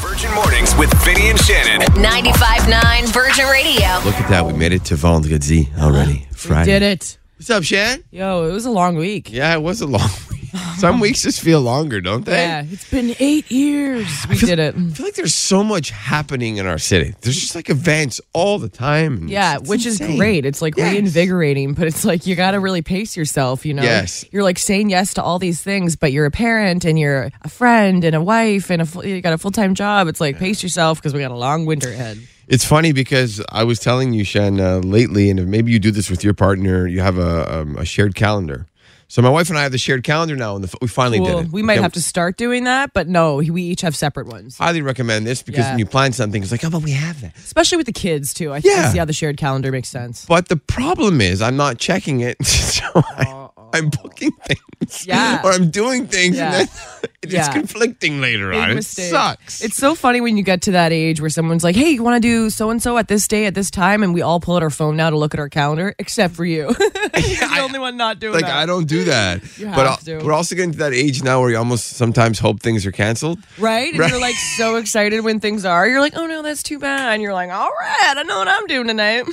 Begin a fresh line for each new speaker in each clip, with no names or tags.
Virgin Mornings with Vinny and Shannon.
95.9 Virgin Radio.
Look at that. We made it to vendredi already. Friday.
Did it.
What's up, Shan?
Yo, it was a long week.
Yeah, it was a long week. Some weeks just feel longer, don't they?
Yeah, it's been eight years. We did it.
I feel like there's so much happening in our city. There's just like events all the time. and
Yeah,
it's- it's
which is
insane.
great. It's like
Yes.
reinvigorating, but it's like you got to really pace yourself, you know?
Yes.
You're like saying yes to all these things, but you're a parent and you're a friend and a wife and a, fu- you got a full time job. It's like pace yourself because we got a long winter ahead.
It's funny because I was telling you, Shan, uh, lately, and maybe you do this with your partner, you have a, um, a shared calendar. So my wife and I have the shared calendar now, and the, f- we finally
Well,
did it.
we might
Okay,
have to start doing that, but no, we each have separate ones,
Highly recommend this because
Yeah.
when you plan something, it's like, oh, but we have that.
especially with the kids, too. I think
Yeah.
I see how the shared calendar makes sense.
But the problem is, I'm not checking it, so I, I'm booking things,
Yeah.
or I'm doing things,
Yeah.
and then it's
Yeah.
conflicting later on.
Big
It
mistake.
sucks.
It's so funny when you get to that age where someone's like, "Hey, you want to do so and so at this day at this time?" and we all pull out our phone now to look at our calendar, except for you. You're the
I-
only one not doing
like
that.
I don't do that.
You
but
have to.
we're also getting to that age now where you almost sometimes hope things are canceled.
right? And
Right.
you're like so excited when things are. You're like, "Oh no, that's too bad." And you're like, "All right, I know what I'm doing tonight."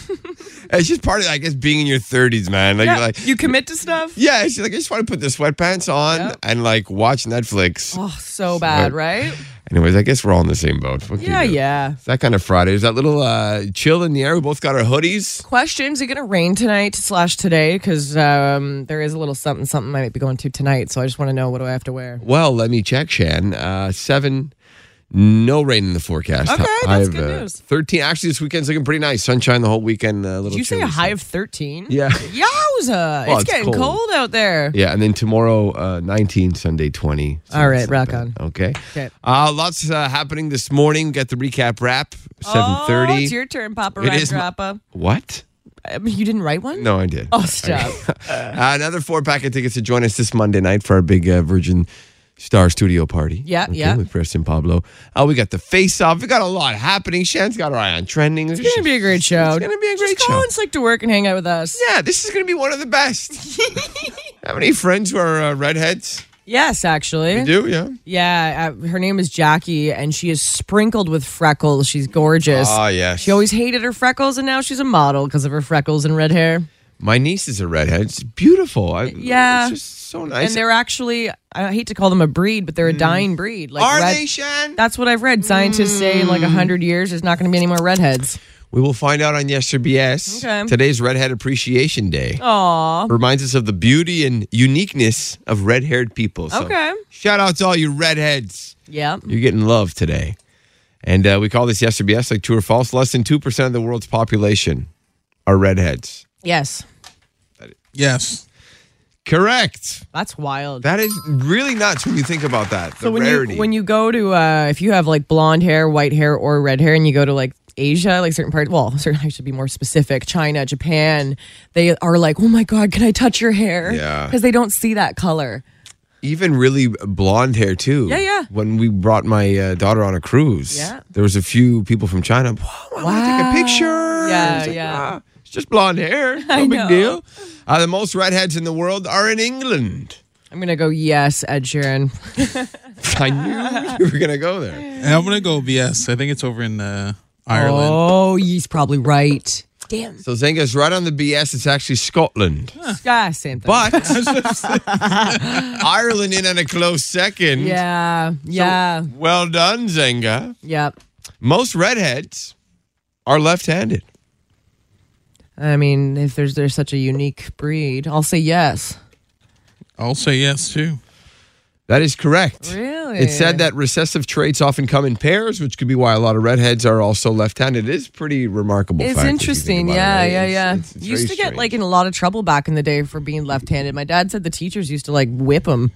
It's just part of, I guess, being in your 30s, man. Like
yeah,
you're like,
you commit to stuff.
yeah, it's just like I just want to put the sweatpants on
Yep.
and like watch Netflix.
Oh, so bad, right?
Anyways, I guess we're all in the same boat. What can
Yeah,
you do?
yeah.
It's that kind of Friday. There's that little uh, chill in the air. We both got our hoodies.
Questions: Is it going to rain tonight slash today? Because um, there is a little something something I might be going to tonight. So I just want to know what do I have to wear.
Well, let me check, Shan. Uh, seven, no rain in the forecast.
Okay, that's
I've,
good
uh,
news.
Thirteen. Actually, this weekend's looking pretty nice. Sunshine the whole weekend. A little.
Did you say a
chilly, so-
high of thirteen?
Yeah.
Yowza!
Well,
it's,
it's
getting
cold.
cold. out there.
Yeah, and then tomorrow, uh, 19, Sunday, 20. So
All right,
it's not
rock
bad.
on.
Okay.
Okay.
Uh, lots uh, happening this morning. We got the recap wrap, 7.30.
Oh, it's your turn, Papa
It
Ryan
is my-
Grappa.
what?
Um, you didn't write one?
No, I did.
Oh, stop.
Uh, another four pack of tickets to join us this Monday night for our big uh, Virgin Star Studio party.
Yeah, yeah.
With Preston Pablo. Uh, we got the face off. We got a lot happening. Shan's got her eye on trending.
It's going to be a great show.
It's gonna be a great
Just
show.
Call and Slick to work and hang out with us.
Yeah, this is going to be one of the best. How many friends were uh, redheads?
Yes, actually.
You do, yeah.
Yeah, uh, her name is Jackie, and she is sprinkled with freckles. She's gorgeous.
Ah, yes.
she always hated her freckles, and now she's a model because of her freckles and red hair.
My niece is a redhead. It's beautiful. I,
Yeah.
It's just so nice.
and they're actually, I hate to call them a breed, but they're a dying breed. Like
Mm. Are
red-
they, Mm. Shan?
That's what I've read. Scientists say in like 100 years, there's not going to be any more redheads.
we will find out on Yes or BS.
Okay.
Today's Redhead Appreciation Day.
Aw.
Reminds us of the beauty and uniqueness of red haired people. So
Okay.
Shout out to all you redheads.
Yeah.
You're getting love today. And uh, we call this Yes or BS like true or false. Less than 2% of the world's population are redheads.
Yes.
Yes.
Correct.
That's wild.
That is really nuts when you think about that. The
so when
rarity.
you when you go to uh if you have like blonde hair, white hair or red hair and you go to like Asia, like certain parts, well, certain I should be more specific, China, Japan, they are like, "Oh my god, can I touch your hair?"
Yeah.
Cuz they don't see that color.
even really blonde hair too.
Yeah, yeah.
When we brought my uh, daughter on a cruise,
Yeah.
there was a few people from China. Wow, I want to take a picture.
Yeah,
It's like,
yeah.
"Ah, it's just blonde hair. No big
know.
deal. Uh, the most redheads in the world are in England.
I'm going to go, "Yes, Ed Sheeran."
I knew you were gonna go there.
And I'm going to go BS. I think it's over in uh, Ireland.
Oh, he's probably right. Damn.
So Zenga's right on the BS. It's actually Scotland,
Yeah, same thing.
but Ireland in on a close second.
yeah. Yeah.
Well done, Zenga.
yep.
Most redheads are left-handed.
I mean, if there's there's such a unique breed, I'll say yes.
I'll say yes, too.
That is correct.
Really?
It's said that recessive traits often come in pairs, which could be why a lot of redheads are also left-handed. It is pretty remarkable.
It's
fact if you think
interesting.
about it,
Yeah,
right?
yeah,
It's-
yeah.
it's- it's
used to
very
get like
strange.
in a lot of trouble back in the day for being left-handed. My dad said the teachers used to like whip him.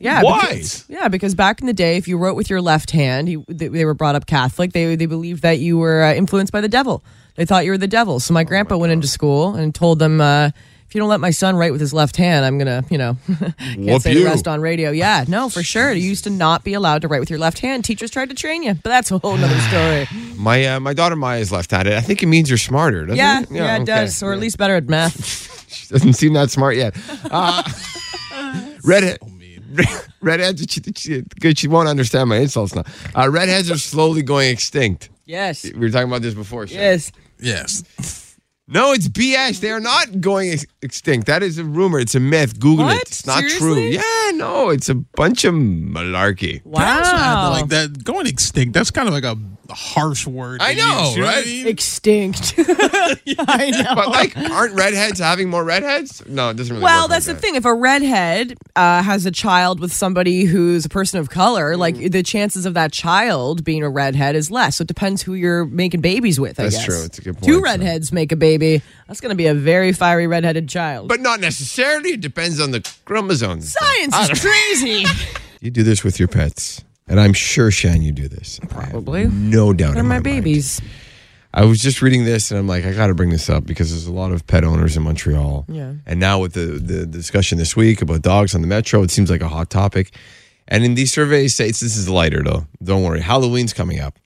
Yeah.
Why?
Because, yeah, because back in the day, if you wrote with your left hand, you, they, they were brought up Catholic. They they believed that you were uh, influenced by the devil. They thought you were the devil.
Oh
So my grandpa went into school and told them, uh, if you don't let my son write with his left hand, I'm gonna, you know, can't
Whoop
say
you.
the rest on radio. Yeah, no, for sure. You used to not be allowed to write with your left hand. Teachers tried to train you, but that's a whole nother story.
my uh, my daughter Maya is left-handed. I think it means you're smarter. Doesn't
Yeah,
it?
yeah, it
okay.
does, or at least better at math.
She doesn't seem that smart yet. Uh, redhead, redheads, she, she, good, she won't understand my insults now. Uh, redheads are slowly going extinct.
Yes.
We were talking about this before. Shay.
Yes.
Yes.
No, it's BS. They are not going ex- extinct. That is a rumor. It's a myth. Google
What?
it. It's not
Seriously?
true. Yeah, no, it's a bunch of malarkey.
That's
Wow.
not like that. Going extinct. That's kind of like a harsh word. to
I know,
use, you what I
right?
mean?
Extinct. I know.
But like, aren't redheads having more redheads? No, it doesn't really.
Well,
work
that's
like
the
that.
thing. If a redhead uh, has a child with somebody who's a person of color,
Mm.
like the chances of that child being a redhead is less. So it depends who you're making babies with. I
That's
guess.
true. It's a good point,
Two
so.
redheads make a baby. That's going to be a very fiery redheaded child.
But not necessarily. It depends on the chromosomes.
science is crazy.
You do this with your pets, and I'm sure Shan, you do this.
Probably.
No doubt.
They're
in
my
mind.
babies.
I was just reading this, and I'm like, I got to bring this up because there's a lot of pet owners in Montreal.
Yeah.
And now with the, the discussion this week about dogs on the metro, it seems like a hot topic. And in these survey states, this is lighter though. Don't worry, Halloween's coming up,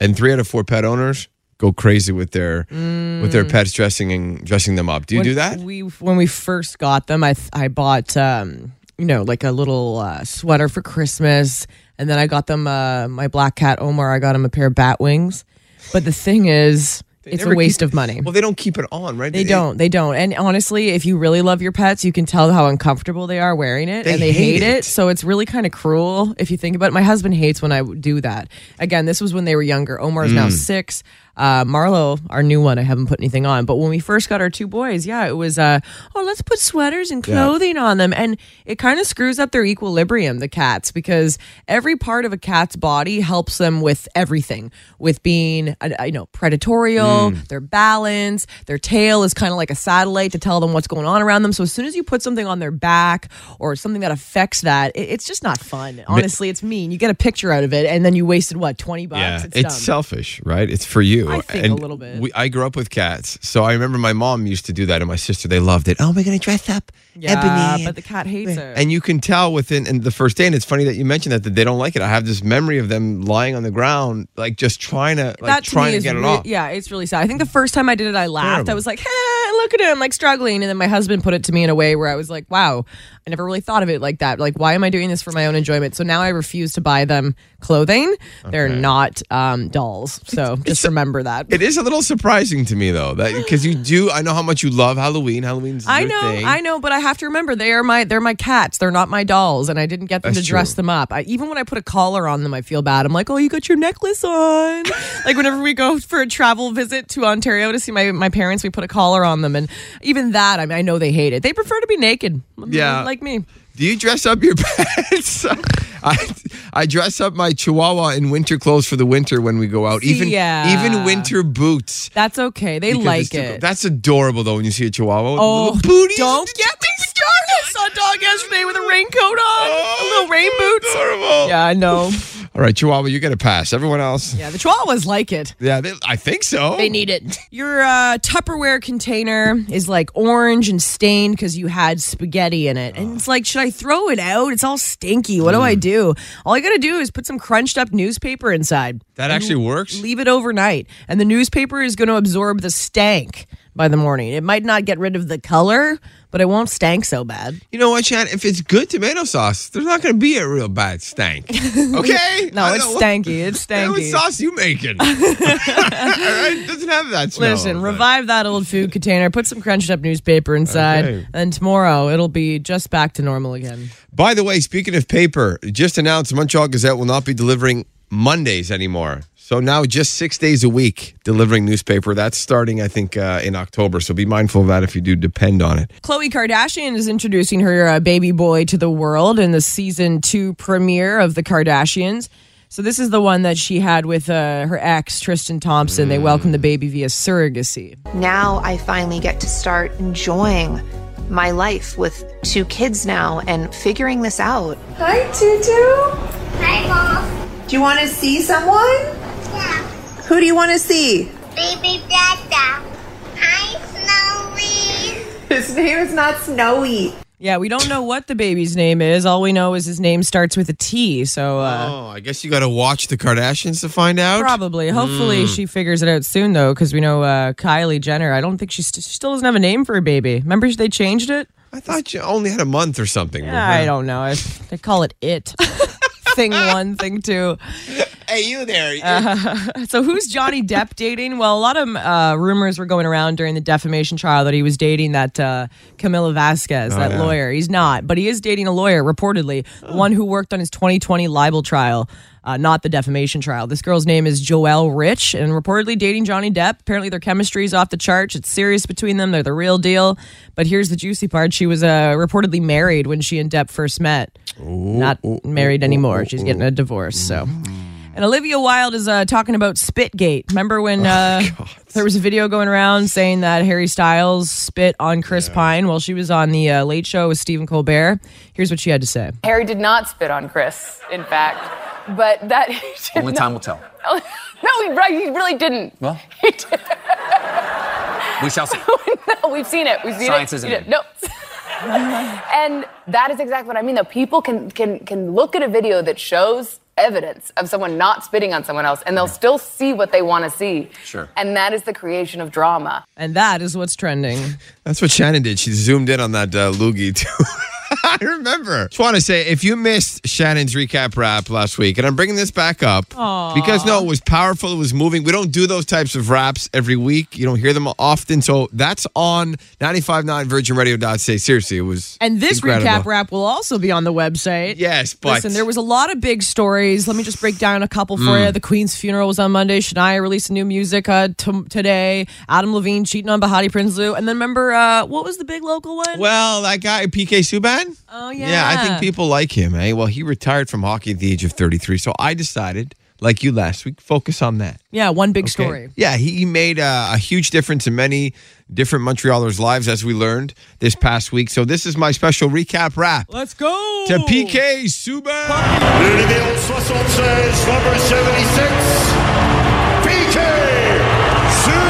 and three out of four pet owners go crazy with their with
Mm.
their pets dressing and dressing them up. Do you
When
do that?
We when we first got them, I th- I bought um, you know like a little uh, sweater for Christmas, and then I got them uh, my black cat Omar. I got him a pair of bat wings, but the thing is, it's a
never
waste
keep-
of money.
Well, they don't keep it on, right?
They don't. They don't. And honestly, if you really love your pets, you can tell how uncomfortable they are wearing it,
They
and they
hate
hate,
it.
it. So it's really kind of cruel if you think about it. My husband hates when I do that. Again, this was when they were younger. Omar's now six. Uh, Marlo, our new one, I haven't put anything on. But when we first got our two boys, yeah, it was, uh, oh, let's put sweaters and clothing on them. And it kind of screws up their equilibrium, the cats, because every part of a cat's body helps them with everything, with being, uh, you know, predatorial, their balance, their tail is kind of like a satellite to tell them what's going on around them. So as soon as you put something on their back or something that affects that, it, it's just not fun. Honestly, it's mean. You get a picture out of it and then you wasted, what, 20 bucks?
it's,
it's, dumb.
selfish, right? It's for you.
I think a little bit.
We, I grew up with cats, so I remember my mom used to do that, and my sister they loved it. Oh, we're gonna dress up,
yeah,
Ebony,
but the cat hates it.
and you can tell within and the first day. And it's funny that you mentioned that that they don't like it. I have this memory of them lying on the ground, like just trying to like
that to
trying
me
to
is
get it
re-
off.
Yeah, it's really sad. I think the first time I did it, I laughed.
Terrible.
I was like, "Eh, look at him, like struggling. And then my husband put it to me in a way where I was like, wow, I never really thought of it like that. Like, why am I doing this for my own enjoyment? So now I refuse to buy them clothing. They're not um, dolls. So just remember that.
It is a little surprising to me though, that because you do. I know how much you love Halloween. Halloween's
I
your
know,
thing.
I know, but I have to remember they are my they're my cats. They're not my dolls, and I didn't get them
That's
to dress
true.
them up. I, even when I put a collar on them, I feel bad. I'm like, oh, you got your necklace on. like whenever we go for a travel visit to Ontario to see my my parents, we put a collar on them, and even that, I mean, I know they hate it. They prefer to be naked.
Yeah.
like me.
Do you dress up your pets? I, I dress up my chihuahua in winter clothes for the winter when we go out. even
yeah.
even winter boots.
That's okay. They
because it's
like
too-
it.
That's adorable though when you see a chihuahwa. with
Oh,
little booties.
don't get me started. I saw a dog yesterday with a raincoat on,
Oh,
a little rain boots.
Adorable.
Yeah, I know.
All right, chihuahua, you get a pass. Everyone else,
Yeah, the Chihuahuas like it.
yeah, they, I think so.
They need it. Your uh, Tupperware container is like orange and stained because you had spaghetti in it. And it's like, should I throw it out? It's all stinky. What do I do? All I got to do is put some crunched up newspaper inside.
That actually works.
Leave it overnight. And the newspaper is going to absorb the stank by the morning. It might not get rid of the color, but it won't stank so bad.
You know what, Chad? If it's good tomato sauce, there's not going to be a real bad stank. Okay?
No,
I
it's
don't- what-
stanky. It's
Hey, What
stanky.
sauce you making? All right, doesn't have that smell.
Listen,
but-
revive that old food container, put some crunched up newspaper inside,
Okay.
and tomorrow it'll be just back to normal again.
By the way, speaking of paper, just announced Montreal Gazette will not be delivering Mondays anymore. So now just six days a week delivering newspaper. That's starting, I think, uh, in October. So be mindful of that if you do depend on it.
Khloe Kardashian is introducing her uh, baby boy to the world in the season two premiere of The Kardashians. So this is the one that she had with uh, her ex Tristan Thompson. They welcomed the baby via surrogacy.
now I finally get to start enjoying my life with two kids now and figuring this out.
Hi, Tutu.
Hi, Mom.
Do you want to see someone?
Yeah.
Who do you want to see?
Baby Dada. Hi, Snowy.
His name is not Snowy.
Yeah, we don't know what the baby's name is. All we know is his name starts with a T. So uh,
Oh, I guess you got to watch the Kardashians to find out.
probably, hopefully, she figures it out soon though, because we know uh, Kylie Jenner. I don't think she, st- she still doesn't have a name for a baby. Remember they changed it.
I thought you only had a month or something.
I don't know. I, they call it it. thing one, thing two.
Hey, you there.
So who's Johnny Depp dating? Well, a lot of uh, rumors were going around during the defamation trial that he was dating that uh, Camila Vasquez, that
yeah.
lawyer. He's not, but he is dating a lawyer reportedly, the one who worked on his 2020 libel trial, uh, not the defamation trial. This girl's name is Joelle Rich, and reportedly dating Johnny Depp. Apparently, their chemistry is off the charts. It's serious between them. They're the real deal. But here's the juicy part: she was uh, reportedly married when she and Depp first met. not married anymore. She's getting a divorce. So. And Olivia Wilde is uh, talking about Spitgate. Remember
Oh
when uh, there was a video going around saying that Harry Styles spit on Chris Pine while she was on the uh, Late Show with Stephen Colbert? Here's what she had to say.
Harry did not spit on Chris, in fact. But that
Only time will tell.
Oh, no, he, right, he really didn't.
Well,
He did. Oh,
we shall see.
No, we've seen it. We've seen
Science
it.
isn't
You
in.
did- No. and that is exactly what I mean. Though people can can can look at a video that shows evidence of someone not spitting on someone else, and they'll still see what they want to see.
Sure.
And that is the creation of drama.
And that is what's trending.
That's what Shannon did. She zoomed in on that uh, loogie too. I remember. Just want to say, if you missed Shannon's recap wrap last week, and I'm bringing this back up because no, it was powerful. It was moving. We don't do those types of wraps every week. You don't hear them often, so that's on 95.9 Virgin Radio. Say seriously, it was
And this
incredible.
recap wrap will also be on the website.
Yes, but
Listen, there was a lot of big stories. Let me just break down a couple for
Mm.
you. The Queen's funeral was on Monday. Shania released new music uh, t- today. Adam Levine cheating on Bahati Prinsloo. And then remember, uh, what was the big local one?
well that guy PK Subban.
oh, yeah.
Yeah, I think people like him, eh? Well, he retired from hockey at the age of 33, so I decided, like you last week, focus on that.
Yeah, one big
Okay.
story.
Yeah, he he made uh, a huge difference in many different Montrealers' lives, as we learned this past week. So this is my special recap wrap
Let's go
to PK Subban.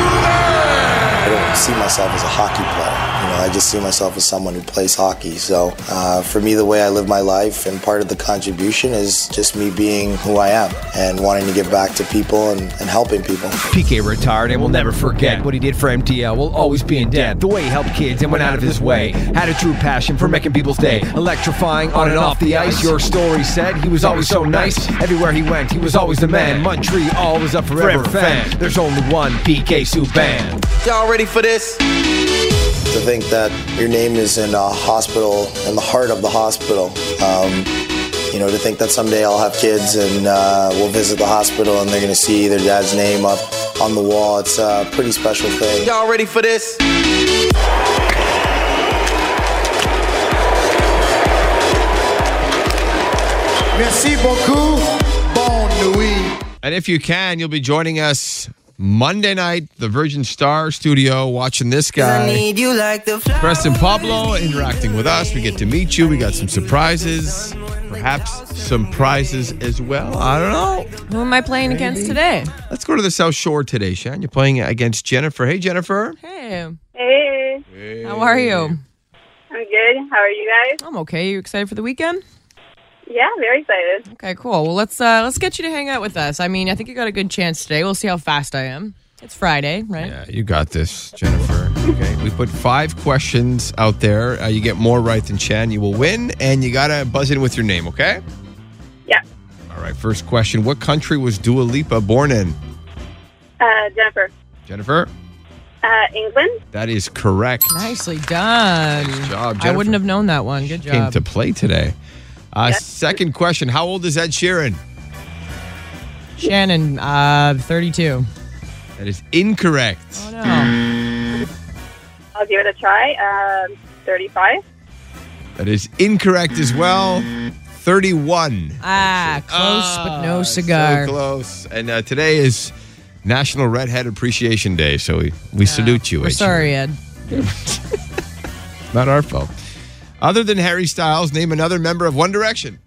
I don't see myself as a hockey player. You know, I just see myself as someone who plays hockey. So uh, for me, the way I live my life and part of the contribution is just me being who I am and wanting to give back to people and, and helping people.
PK retired and will never forget what he did for MTL. Will always be in debt. The way he helped kids and went out of his way. Had a true passion for making people's day. Electrifying on and off the ice. Your story said he was always so nice. Everywhere he went, he was always the man. Montreal was a forever fan. There's only one PK Subban.
Y'all ready for this?
To think that your name is in a hospital, in the heart of the hospital. Um, you know, to think that someday I'll have kids and uh, we'll visit the hospital and they're going to see their dad's name up on the wall. It's a pretty special thing.
Y'all ready for this?
Merci beaucoup. Bonne nuit.
And if you can, you'll be joining us Monday night, the Virgin Star Studio, watching this guy,
you like the
Preston Pablo, interacting with us. We get to meet you. We got some surprises, perhaps some prizes as well. I don't know.
Who am I playing against today?
Let's go to the South Shore today, Shan. You're playing against Jennifer. Hey, Jennifer.
Hey,
Hey,
how are you?
I'm good. How are you guys?
I'm okay. You excited for the weekend?
Yeah, very excited.
Okay, cool. Well, let's uh let's get you to hang out with us. I mean, I think you got a good chance today. We'll see how fast I am. It's Friday, right?
Yeah, you got this, Jennifer. Okay, we put five questions out there. Uh, you get more right than Chan, you will win, and you gotta buzz in with your name. Okay.
Yeah.
All right. First question: What country was Dua Lipa born in?
Uh, Jennifer,
Jennifer,
uh, England?
that is correct.
Nicely done.
Nice job,
I
Jennifer.
wouldn't have known that one. Good
Came
job.
to play today. Uh, Second question: How old is Ed Sheeran?
Shannon, uh, 32.
That is incorrect.
Oh, no.
Mm.
I'll give it a try. Um, 35.
That is incorrect as well. Thirty-one.
Ah, close but no
So
cigar.
close. And uh, today is National Redhead Appreciation Day, so we, we salute you.
We're
H.
sorry, Ed.
Not our fault. Other than Harry Styles, name another member of One Direction.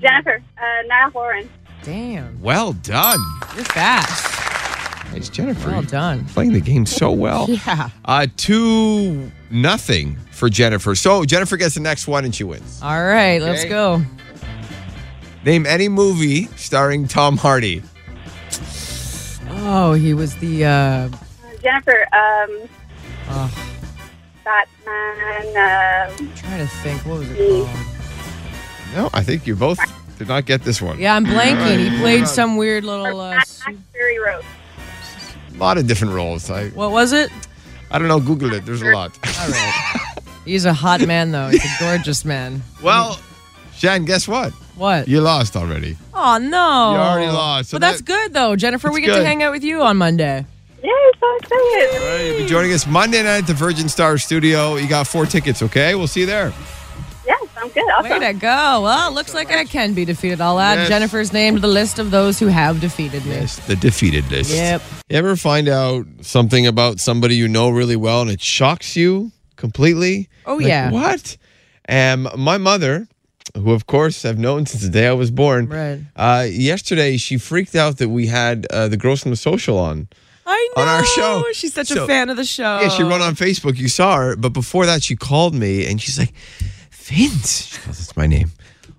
Jennifer, uh, Niall Horan.
Damn,
Well done.
you're fast.
Nice, Jennifer.
Well done.
Playing the game so well.
Yeah.
Uh, two nothing for Jennifer. So Jennifer gets the next one and she wins.
All right, let's
Okay.
go.
Name any movie starring Tom Hardy.
Oh, he was the uh,
Jennifer, um, Batman. Um,
trying to think. What was it called?
No, I think you both did not get this one.
Yeah, I'm blanking. He
All right.
played some weird little. Uh,
Fury Road.
A lot of different roles. I,
what was it?
I don't know. Google it. There's a lot.
He's a hot man, though. He's a gorgeous man.
Well, Shan, guess what?
What?
You lost already.
Oh no! You
already lost, so
but that's good though, Jennifer. We
It's
get to
good.
hang out with you on Monday.
Yeah, so excited.
You'll be joining us Monday night at the Virgin Star Studio. You got four tickets, okay? We'll see you there.
Yes, I'm good.
Way
Awesome.
to go! Well, it looks like I can be defeated. I'll add
Yes.
Jennifer's name to the list of those who have defeated me.
The defeated list.
Yep.
You ever find out something about somebody you know really well and it shocks you completely?
Oh,
Like,
yeah.
What? Um, my mother, who of course I've known since the day I was born,
Right.
uh, yesterday she freaked out that we had uh, the girls from the social on.
I know.
On our show.
she's such
So-
a fan of the show.
Yeah, she wrote on Facebook. You saw her, but before that, she called me and she's like, "Vince," she calls it's my name.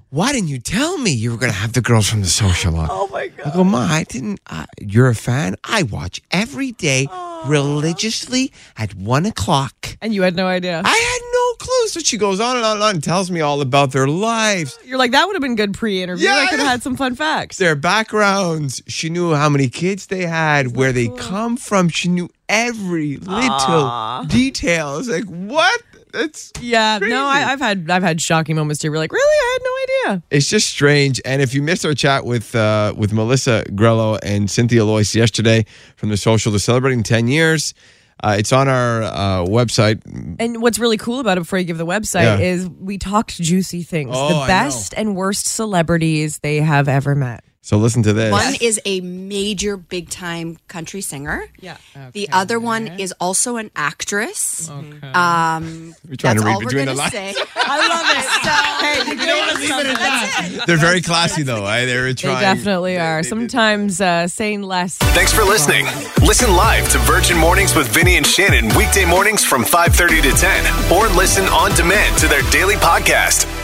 Why didn't you tell me you were going to have the girls from the social on? Oh my god! I go, Ma, I didn't. I, you're a fan. I watch every day religiously at one o'clock.
and you had no idea.
I had no clue. So she goes on and on and on and tells me all about their lives,
You're like, that would have been good pre-interview.
Yeah,
I could
yeah.
have had some fun facts.
their backgrounds. She knew how many kids they had, where they come from. She knew every little detail. I was like, what? That's
Yeah, no, I, I've had I've had shocking moments too. We're like, really? I had no idea.
it's just strange. And if you missed our chat with uh, with Melissa Grello and Cynthia Lois yesterday from the social, they're celebrating 10 years. Uh, it's on our uh, website.
And what's really cool about it before you give the website
Yeah.
is we talked juicy things.
Oh, I know.
the best and worst celebrities they have ever met.
So listen to this.
One is a major big time country singer.
Yeah.
The other one is also an actress. Okay. Um,
We're trying
that's
to read
all we're
between the
gonna
lines.
say.
I love it. So, hey,
you don't want to leave it at
They're very classy, though. eh? They were
They
trying.
definitely are. Sometimes uh, saying less.
Thanks for listening. Listen live to Virgin Mornings with Vinny and Shannon weekday mornings from 5:30 to 10 or listen on demand to their daily podcast.